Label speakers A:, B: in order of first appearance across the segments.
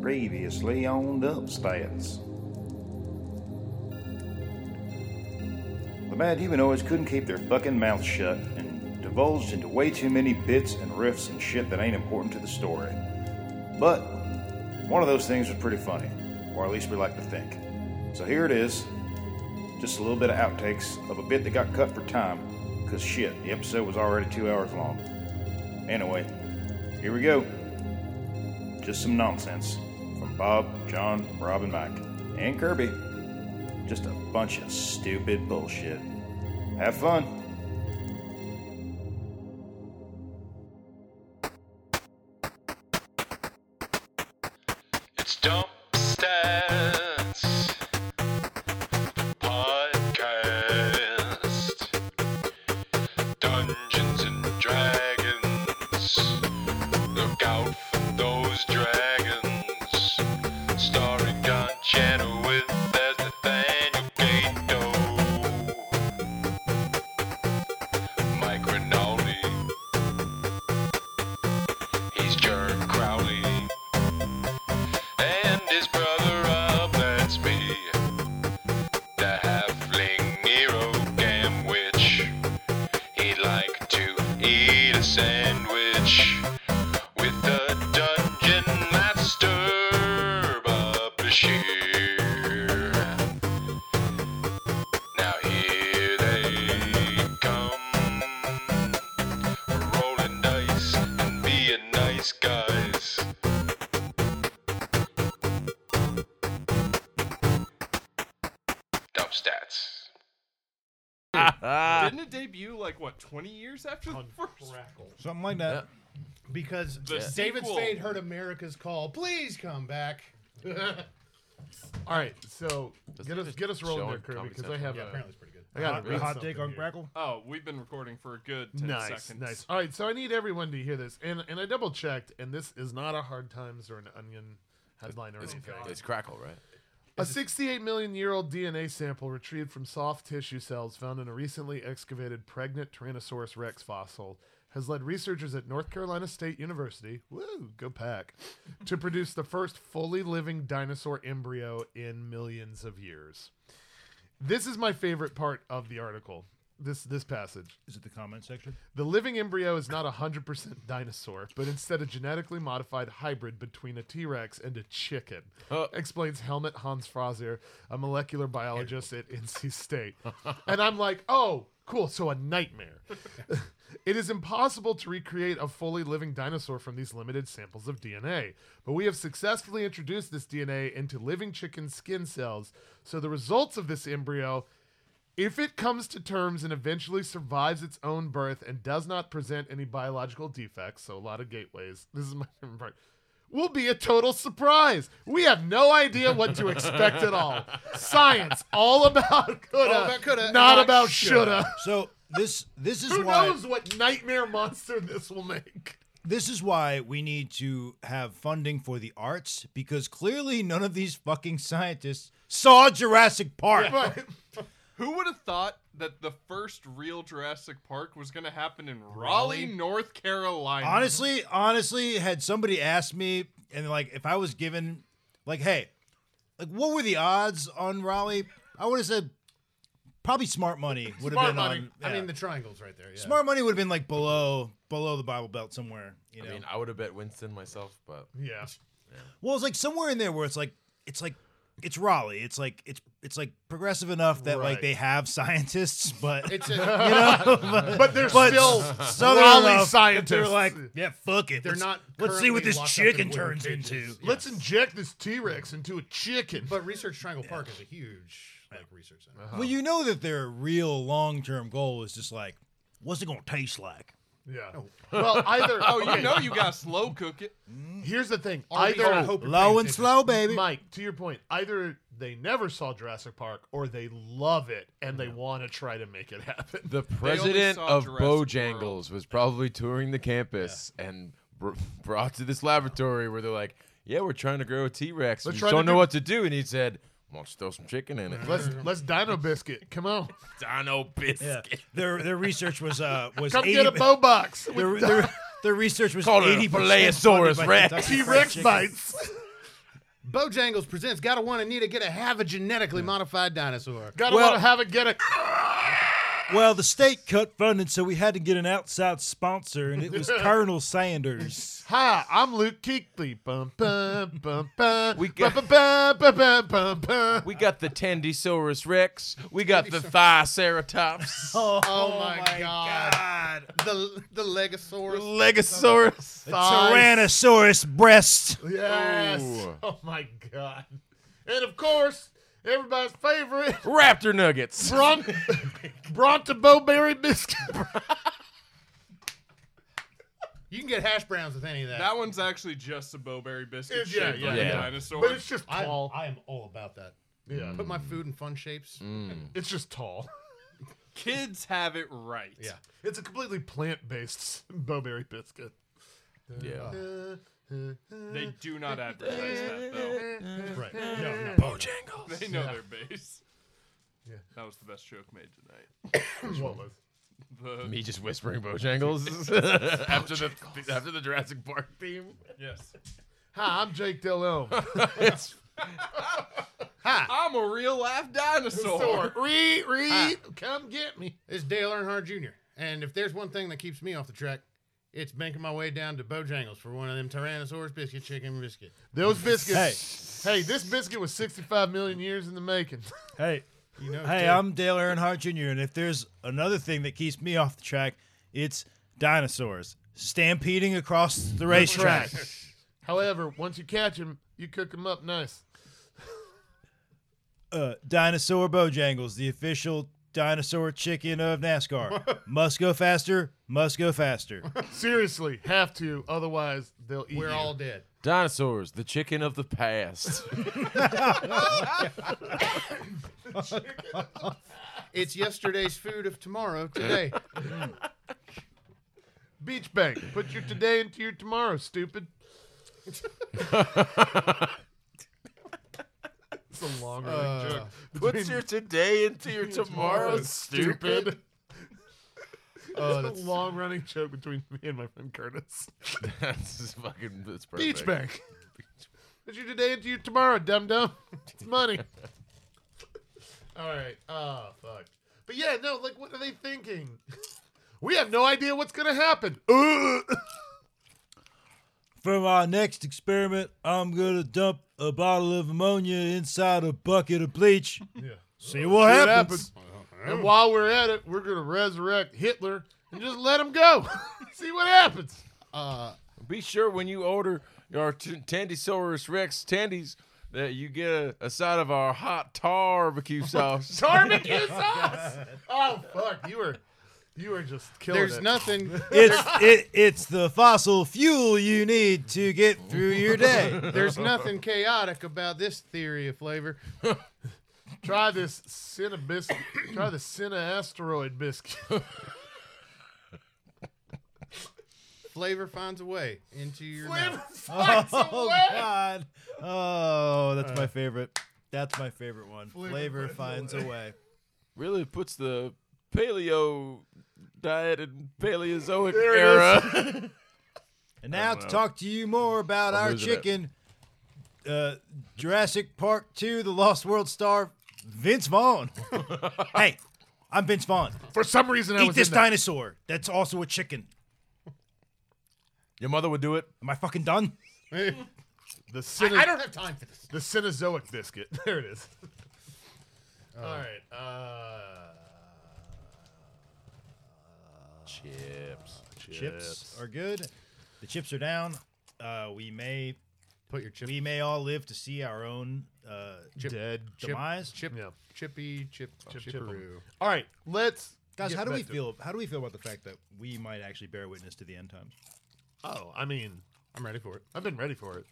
A: previously on Upstats. The mad humanoids couldn't keep their fucking mouths shut and divulged into way too many bits and riffs and shit that ain't important to the story. But one of those things was pretty funny, or at least we like to think. So here it is just a little bit of outtakes of a bit that got cut for time, because shit, the episode was already two hours long. Anyway, here we go. Just some nonsense from Bob, John, Rob, and Mike, and Kirby. Just a bunch of stupid bullshit. Have fun.
B: It's Dump Stats Podcast Dungeons and Dragons. Look out for those dragons. Starring John Chenoweth as Nathaniel Gato. Mike Rinaldi. He's Jerk Crowley and his brother Rob, that's me. The halfling Nero Gamwich. He'd like to eat a sandwich with the dungeon master, Bob Bashir. Now here they come. We're rolling dice and being nice guys. Dump stats.
C: Didn't it debut like what twenty years after
D: Oh,
C: the first?
E: Something like that.
F: because David
C: sequel.
F: Spade heard America's call. Please come back.
D: All right, so get us
G: just
D: get us rolling
G: showing
D: there, Kirby,
G: Comedy
D: because I
G: Central.
D: have
F: Yeah,
D: a,
F: apparently it's pretty good.
D: I got
E: Hot,
D: to read
E: hot
D: something
E: take on
D: here.
E: Crackle.
C: Oh, we've been recording for a good ten
D: Nice,
C: seconds.
D: nice. All right, so I need everyone to hear this, and and I double checked, and this is not a hard times or an onion headline or
G: It's,
D: anything.
G: it's crackle, right?
D: A 68 million year old DNA sample retrieved from soft tissue cells found in a recently excavated pregnant Tyrannosaurus rex fossil has led researchers at North Carolina State University, woo, go pack, to produce the first fully living dinosaur embryo in millions of years. This is my favorite part of the article. This this passage.
E: Is it the comment section?
D: The living embryo is not a 100% dinosaur, but instead a genetically modified hybrid between a T Rex and a chicken, explains Helmut Hans Fraser, a molecular biologist at NC State. and I'm like, oh, cool, so a nightmare. it is impossible to recreate a fully living dinosaur from these limited samples of DNA, but we have successfully introduced this DNA into living chicken skin cells, so the results of this embryo if it comes to terms and eventually survives its own birth and does not present any biological defects, so a lot of gateways, this is my favorite part, will be a total surprise. We have no idea what to expect at all. Science, all about coulda,
F: All about coulda,
D: not
F: not
D: about shoulda.
H: So this this is
D: Who
H: why
D: knows what nightmare monster this will make?
H: this is why we need to have funding for the arts because clearly none of these fucking scientists saw Jurassic Park.
D: Right.
C: Who would have thought that the first real Jurassic Park was going to happen in Raleigh, North Carolina?
H: Honestly, honestly, had somebody asked me and like if I was given like, hey, like what were the odds on Raleigh? I would have said probably smart money would have
D: Smart
H: been
D: money.
H: on.
F: I
H: yeah.
F: mean, the triangle's right there. Yeah.
H: smart money would have been like below below the Bible Belt somewhere. You know,
G: I mean, I would have bet Winston myself, but
D: Yeah.
H: Well, it's like somewhere in there where it's like it's like it's Raleigh. It's like it's it's like progressive enough that like
D: Right.
H: they have scientists, but
F: It's a,
D: But they're
H: but
D: still
H: southern
D: Raleigh
H: enough that
D: scientists.
H: They're like, yeah, fuck it.
F: They're
H: let's,
F: not
H: Let's see what
F: currently
H: this
F: locked up in
H: chicken
F: wooden
H: turns
F: cages.
H: into.
F: Yeah.
D: let's inject this T Rex into a chicken. Uh,
F: but Research Triangle Park is a huge like research center.
H: Well, you know that their real long term goal is just like, what's it gonna taste like?
D: yeah. Well, either.
C: Oh, you know you got to slow cook it.
D: Here's the thing.
F: Arby's
D: Either
F: and Hope you're
H: Low
F: paying
H: and
F: attention.
H: slow, baby.
D: Mike, to your point, either they never saw Jurassic Park or they love it and they want to try to make it happen.
G: the president
C: saw
G: of
C: Jurassic
G: Bojangles was probably touring the campus and br- brought to this laboratory where they're like, "Yeah, we're trying to grow a T Rex. We
D: Let's
G: just
D: try to
G: don't know
D: do-
G: what to do." And he said, "Why don't you throw some chicken in it?"
D: Let's let's Dino Biscuit. Come on,
G: Dino
H: Yeah.
G: biscuit.
H: Their their research was uh was
D: come
H: 80,
D: get a bow box.
H: their, their, their research was
G: Call it a
H: eighty
G: Phileosaurus Rex.
D: T Rex bites.
F: Bojangles presents Gotta Wanna Need to Get a Have a Genetically Modified Dinosaur.
D: Gotta
H: Well-
D: want to have it, get it.
H: Well, the state cut funding, so we had to get an outside sponsor, and it was Colonel Sanders.
D: Hi, I'm Luke Keekley. Bum, bum, bum, bum.
G: We
D: bum,
G: got-
D: bum, bum, bum, bum, bum, bum.
G: We got the Tandysaurus Rex. We got the Triceratops.
F: Oh, my, god. The the Legosaurus.
G: Legosaurus.
H: Tyrannosaurus breast.
D: Yes.
G: Ooh.
D: Oh my god. And of course, everybody's favorite
G: Raptor Nuggets.
D: Bron- Brontobowberry biscuit.
F: You can get hash browns with any of that.
C: That one's actually just a bowberry biscuit
D: Yeah,
C: shaped like
G: yeah.
C: a
G: Yeah.
C: dinosaur.
D: But it's just
F: I,
D: tall.
F: I am all about that.
D: yeah.
F: Put my food in fun shapes.
C: Mm.
D: It's just tall.
C: Kids have it right.
F: Yeah.
D: It's a completely plant-based bowberry biscuit.
G: Yeah.
C: They do not advertise that though.
F: Right. No, no.
G: Bojangles.
C: They know their base.
D: Yeah.
C: That was the best joke made tonight.
D: What was?
C: The
G: Me just whispering Bojangles after the after the Jurassic Park theme.
C: yes.
D: Hi, I'm Jake Delhomme.
G: It's
C: I'm a real life dinosaur.
D: Or, Reed, Reed, come get me.
F: It's Dale Earnhardt Jr. And if there's one thing that keeps me off the track, it's making my way down to Bojangles for one of them Tyrannosaurus biscuit chicken biscuit.
D: Those biscuits. Hey. this biscuit was 65 million years in the making.
H: Hey,
F: You know,
H: hey,
F: Dale-
H: I'm Dale Earnhardt Jr., and if there's another thing that keeps me off the track, it's dinosaurs stampeding across the racetrack.
D: However, once you catch them, you cook them up nice.
H: uh, Dinosaur Bojangles, the official dinosaur chicken of NASCAR. must go faster, must go faster.
D: Seriously, have to, otherwise they'll eat
F: We're
D: you.
F: all dead.
G: dinosaurs, the chicken of the past.
F: It's yesterday's food of tomorrow today.
D: Beach Bank. Put your today into your tomorrow, stupid. it's a long running
F: Uh,
D: joke.
G: What's your today into your tomorrow, stupid?
D: Oh, it's a long running joke between me and my friend Curtis.
G: that's just fucking that's perfect.
D: Beach Bank. Put your today into your tomorrow, dum dum. It's money. All right. Oh fuck. But yeah, no. Like, what are they thinking? We have no idea what's gonna happen. Ugh.
H: For my next experiment, I'm going to dump a bottle of ammonia inside a bucket of bleach. See what
D: Shit
H: happens.
D: happens. And while we're at it, we're gonna resurrect Hitler and just let him go. See what happens.
G: Be sure when you order your t- Tandysaurus Rex tandies that you get a, a side of our hot barbecue sauce.
D: Barbecue sauce. Oh fuck, you were, you were just killing
F: There's
D: it.
F: nothing.
H: It's it, it's the fossil fuel you need to get through your day.
F: There's nothing chaotic about this theory of flavor.
D: Try this Cinna biscuit. Try the Cinna asteroid biscuit.
F: Flavor finds a way into your mouth.
H: Oh God! Oh, that's my favorite. That's my favorite one. Flavor finds a way.
G: really puts the paleo diet and Paleozoic
D: There it
G: era.
H: And now to talk to you more about our
G: losing it.
H: chicken, uh, Jurassic Park 2, The Lost World star, Vince Vaughn. hey, I'm Vince Vaughn.
D: For some reason, I
H: Eat
D: was
H: this
D: in that.
H: dinosaur. That's also a chicken.
G: Your mother would do it.
H: Am I fucking done?
D: the Cinna.
F: I don't have time for this.
D: The Cenozoic biscuit. There it is. All right. Uh,
G: Chips.
H: Chips are good. The chips are down. Uh, we may
F: Put your chip,
H: we may all live to see our own uh,
D: Dead.
F: chip,
H: demise.
F: chip,
D: Yeah.
F: chippy, chip,
D: Chip, chip 'em.
F: chipperoo.
D: All right. Let's.
H: Guys,
D: get
H: how do
D: back
H: we
D: to-
H: feel? How do we feel about the fact that we might actually bear witness to the end times?
D: Oh, I mean,
F: I'm ready for it.
D: I've been ready for it.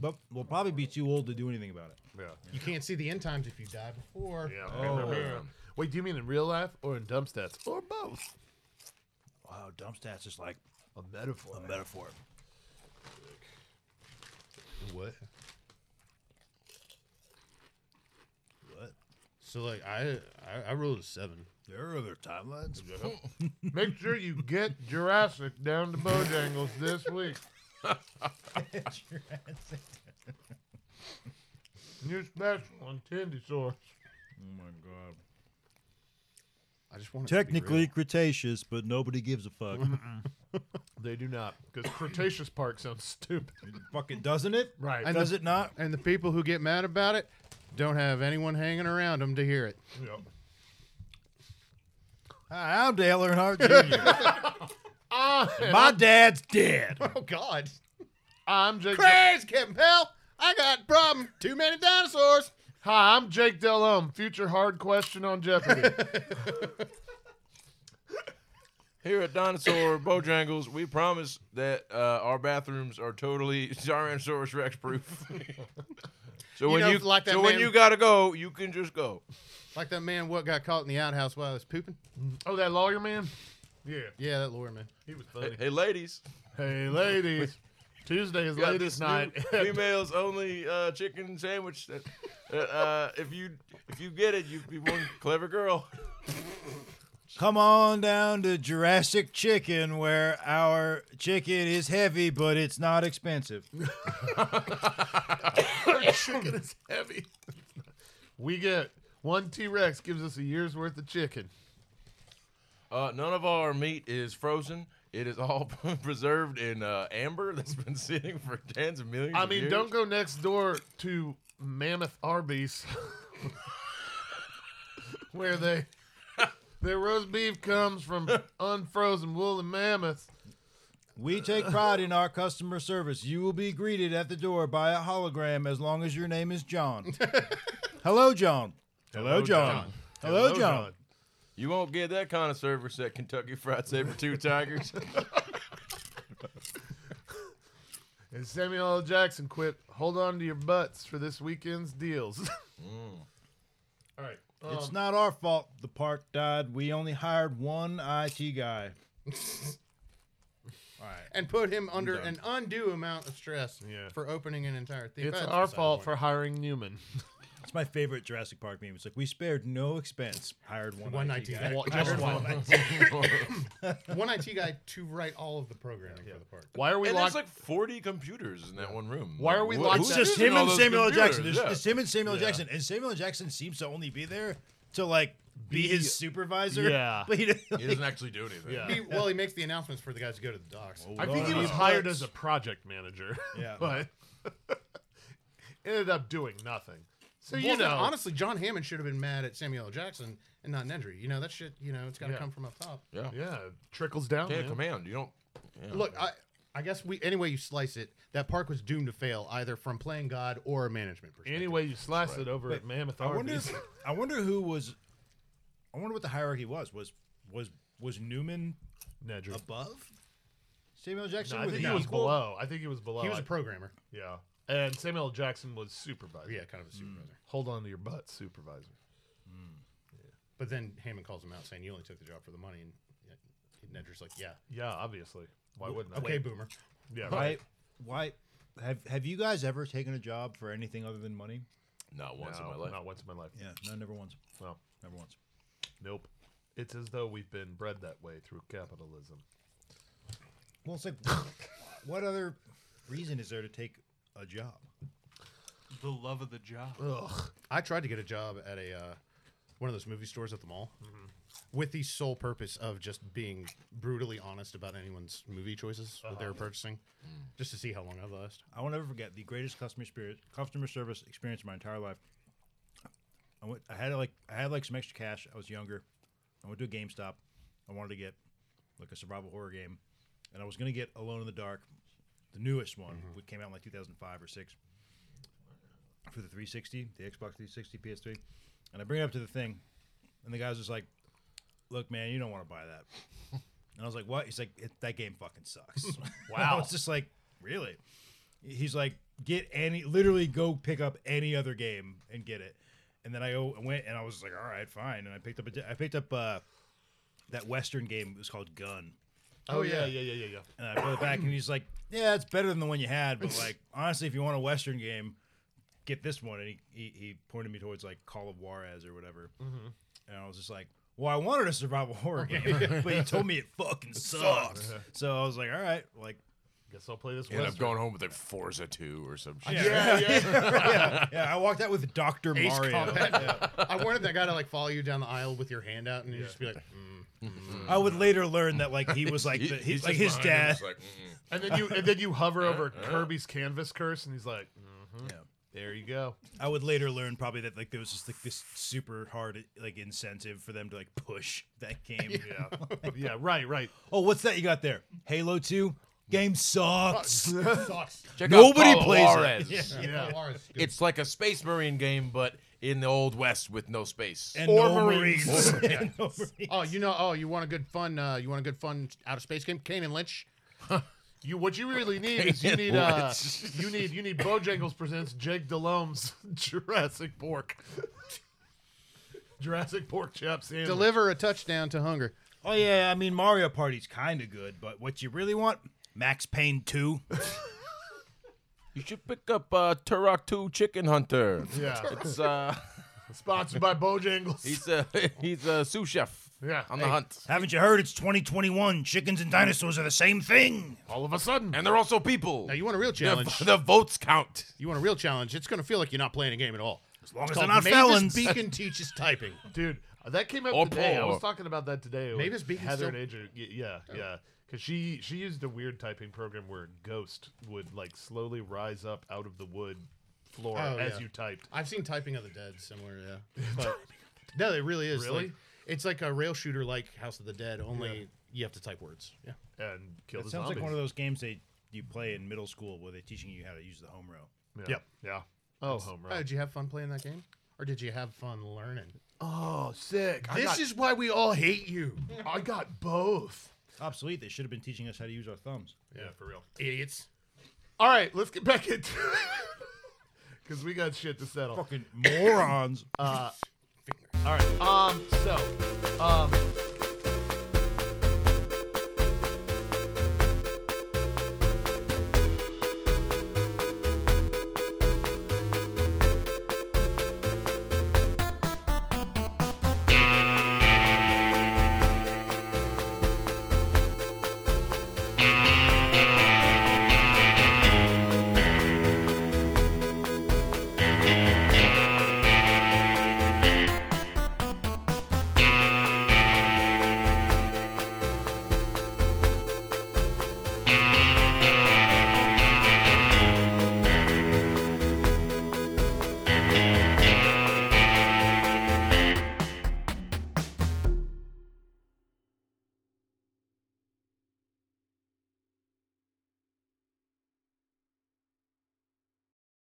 H: But we'll probably be too old to do anything about it.
D: Yeah.
F: You can't see the end times if you die before.
D: Yeah. Oh. Wait, do you mean in real life or in dump stats or both?
H: Wow, dump stats is like a metaphor. A metaphor.
F: What?
H: What?
F: So like I I, I rolled a seven.
H: There are other timelines.
D: Make sure you get Jurassic down to Bojangles this week. New special on Tandy Source.
E: Oh my god.
F: I just want it to be
H: Technically Cretaceous, but nobody gives a fuck.
D: They do not, because Cretaceous Park sounds stupid.
H: Fucking doesn't it?
D: Right.
F: And
H: Does
F: the-
H: it not?
F: real. and the people who get mad about it don't have anyone hanging around them to hear it.
D: Yep.
H: Hi, I'm Dale Earnhardt Jr. And My dad's dead.
F: Oh God!
D: I'm Jake.
F: Praise Captain Pell. I got a problem. Too many dinosaurs.
D: Hi, I'm Jake Delhomme. Future hard question on Jeopardy.
G: Here at Dinosaur Bojangles, we promise that uh, our bathrooms are totally Tyrannosaurus Rex proof. so when
F: know,
G: you
F: like that
G: so when
F: man-
G: you gotta go, you can just go.
F: Like that man, what got caught in the outhouse while he was pooping?
D: oh, that lawyer man. Yeah,
F: Yeah, that lawyer man.
D: he was
G: Hey,
D: funny.
G: hey, ladies,
D: Hey, ladies. Tuesday is
G: we got
D: ladies'
G: this new
D: night.
G: females only uh, chicken sandwich. That, that, uh, if you if you get it, you be one clever girl.
H: Come on down to Jurassic Chicken, where our chicken is heavy, but it's not expensive.
D: chicken is heavy. we get one T Rex gives us a year's worth of chicken.
G: Uh, none of our meat is frozen. It is all preserved in uh, amber that's been sitting for tens of millions.
D: I
G: of
D: mean,
G: years.
D: don't go next door to Mammoth Arby's, where they their roast beef comes from unfrozen woolly mammoths.
H: We take pride in our customer service. You will be greeted at the door by a hologram as long as your name is John. Hello, John. Hello, John. Hello, John.
G: You won't get that kind of service at Kentucky Fried Saber Two Tigers.
D: And Samuel L. Jackson quit. Hold on to your butts for this weekend's deals. All right. Um,
G: Um,
H: It's not our fault the park died. We only hired one IT guy.
F: And put him under an undue amount of stress for opening an entire theme.
D: It's
F: That's
D: our
F: beside
D: fault
F: the
D: for hiring Newman.
H: It's my favorite Jurassic Park meme. It's like we spared no expense, hired one,
F: One
H: IT,
F: IT
H: guy.
F: guy.
D: Well, just one.
F: point. one IT guy to write all of the programming for the park.
D: Why are we
G: and
D: locked?
G: there's like 40 computers in that one room.
D: Why are we
G: wh-
D: locked-
G: who's
H: It's just
G: using
H: him
G: all
H: and
G: those
H: Samuel L. Jackson.
G: computers?
H: There's- It's
G: Yeah.
H: him and Samuel L.
D: Yeah.
H: Jackson, and Samuel L. Jackson seems to only be there to like be, his supervisor.
D: Yeah.
H: but he didn't-
G: He doesn't actually do anything.
D: Yeah.
F: He, well, he makes the announcements for the guys to go to the docks.
D: I think he
H: Lord.
D: was hired as a project manager.
H: Yeah.
D: but ended up doing nothing. So you
F: Well, then,
D: know,
F: honestly, John Hammond should have been mad at Samuel L. Jackson and not Nedry. You know that shit. You know it's got to
D: Yeah.
F: come from up top.
G: Yeah.
D: yeah, it trickles down.
G: Chain of
D: man.
G: command. You don't. yeah.
F: Look, I, I guess we any way you slice it, that park was doomed to fail either from playing God or a management perspective.
D: Anyway, you slice it over at Mammoth
H: I wonder.
D: Arby's.
H: I wonder who was. I wonder what the hierarchy was. Was was was Newman
D: Nedry.
H: above Samuel L. Jackson?
D: No, I
H: was
D: think
H: he
D: he was
H: equal?
D: below. I think he was below.
F: he was a
D: I-
F: programmer.
D: yeah, and Samuel L. Jackson was supervisor.
F: Yeah, kind of a supervisor.
D: Hold on to your butt, supervisor.
F: But then Hammond calls him out saying you only took the job for the money, and and Nedry's like, yeah,
D: Yeah, obviously. Why wouldn't I?
F: okay, boomer.
D: Yeah,
H: Why?
D: right.
H: Why? Have Have you guys ever taken a job for anything other than money?
G: Not once
D: No,
G: in my life.
D: Not once in my life.
H: Yeah, no, never once.
D: No,
H: Never once.
D: nope. It's as though we've been bred that way through capitalism.
H: Well, it's like, what other reason is there to take a job?
C: The love of the job.
F: I tried to get a job at a uh, one of those movie stores at the mall Mm-hmm. with the sole purpose of just being brutally honest about anyone's movie choices that they
D: Uh-huh.
F: were purchasing,
D: Mm.
F: just to see how long I'd last.
H: I will never forget the greatest customer spirit, customer service experience of my entire life. I went. I had like I had like some extra cash. I was younger. I went to a GameStop. I wanted to get like a survival horror game, and I was gonna get Alone in the Dark, the newest one, which came out in like 2005 or six, for the 360, the Xbox 360, PS3. And I bring it up to the thing, and the guy's just like, "Look, man, you don't want to buy that." And I was like, "What?" He's like, it, "That game fucking sucks." wow. I was just like, "Really?" he's like, get any, literally go pick up any other game and get it. And then I go- I went and I was like, all right, fine. And I picked up a, di- I picked up uh, that Western game. It was called Gun.
D: Oh, yeah, yeah, yeah, yeah, yeah.
H: And I put it back and he's like, yeah, it's better than the one you had. But like, honestly, if you want a Western game, get this one. And he, he, he pointed me towards like Call of Juarez or whatever.
F: Mm-hmm.
H: And I was just like, well, I wanted a survival horror game, but he told me it fucking sucks. So I was like, all right, like,
D: Guess I'll play this
G: End up
D: Western.
G: going home with a Forza 2 or some shit.
F: Yeah,
H: yeah, I walked out with Doctor Mario.
F: I wanted that guy to like follow you down the aisle with your hand out and you just be like, mm.
H: I would later learn that like he was like
G: He-
H: the, he,
G: he's
H: like his
G: just behind him,
H: dad.
G: just like, mm-mm.
D: And then you and then you hover
G: Uh,
D: over Kirby's canvas curse, and he's like, mm-hmm.
H: Yeah.
D: "There you go."
H: I would later learn probably that like there was just like this super hard like incentive for them to like push that game.
D: Yeah, yeah, right, right.
H: Oh, what's that you got there? Halo Two. Game sucks.
F: sucks.
G: Check
H: Nobody
G: out Paulo
H: plays it.
G: Juarez.
D: Yeah.
F: Lawrence, good.
G: It's like a space marine game, but in the old west with no space.
H: And
D: Or
H: no
D: Marines.
H: Marines. And no Marines.
F: oh, you know, oh, you want a good fun, uh, you want a good fun out of space game? Kane and Lynch.
D: You what you really need is you need uh, you need you need Bojangles presents Jake Delhomme's Jurassic Pork. Jurassic Pork chop sandwich.
F: Deliver a touchdown to hunger.
H: Oh yeah, I mean Mario Party's kind of good, but what you really want, Max Payne Two.
G: You should pick up uh, Turok 2 Chicken Hunter.
D: yeah,
G: It's, uh,
D: sponsored by Bojangles.
G: he's a he's a sous chef.
D: Yeah,
G: on
D: hey.
G: the hunt,
H: Haven't you heard? It's 2021. Chickens and dinosaurs are the same thing.
D: All of a sudden,
G: and they're also people.
F: Now you want a real
G: the,
F: challenge.
G: the votes count.
F: You want a real challenge? It's going to feel like you're not playing a game at all.
H: As long as
F: Called
H: they're not
F: Mavis
H: felons.
F: Beacon teaches typing.
D: dude. That came up
G: Or
D: today. I was
G: poor.
D: talking about that today. with
F: Mavis Beacon's
D: Heather
F: still- Oh.
D: and Adrian. Y- Yeah, yeah. Because she she used a weird typing program where ghost would like slowly rise up out of the wood floor
F: Oh,
D: as
F: yeah.
D: you typed.
F: I've seen Typing of the Dead similar, yeah. But no, it really is.
D: Really?
F: like- it's like a rail shooter like House of the Dead, only you have to type words. Yeah.
D: and kill
H: It
D: the
H: sounds
D: zombies.
H: like one of those games they you play in middle school where they're teaching you how to use the home row.
D: Yeah. Yeah. Oh, home
F: Oh,
D: run.
F: did you have fun playing that game? Or did you have fun learning?
D: Oh, sick. I
F: this
D: got,
F: is why we all hate you.
D: I got both.
H: Obsolete. They should have been teaching us how to use our thumbs.
D: Yeah, for real.
F: Idiots.
D: All right, let's get back into Because we got shit to settle.
H: Fucking morons.
D: All right. Um. So, um,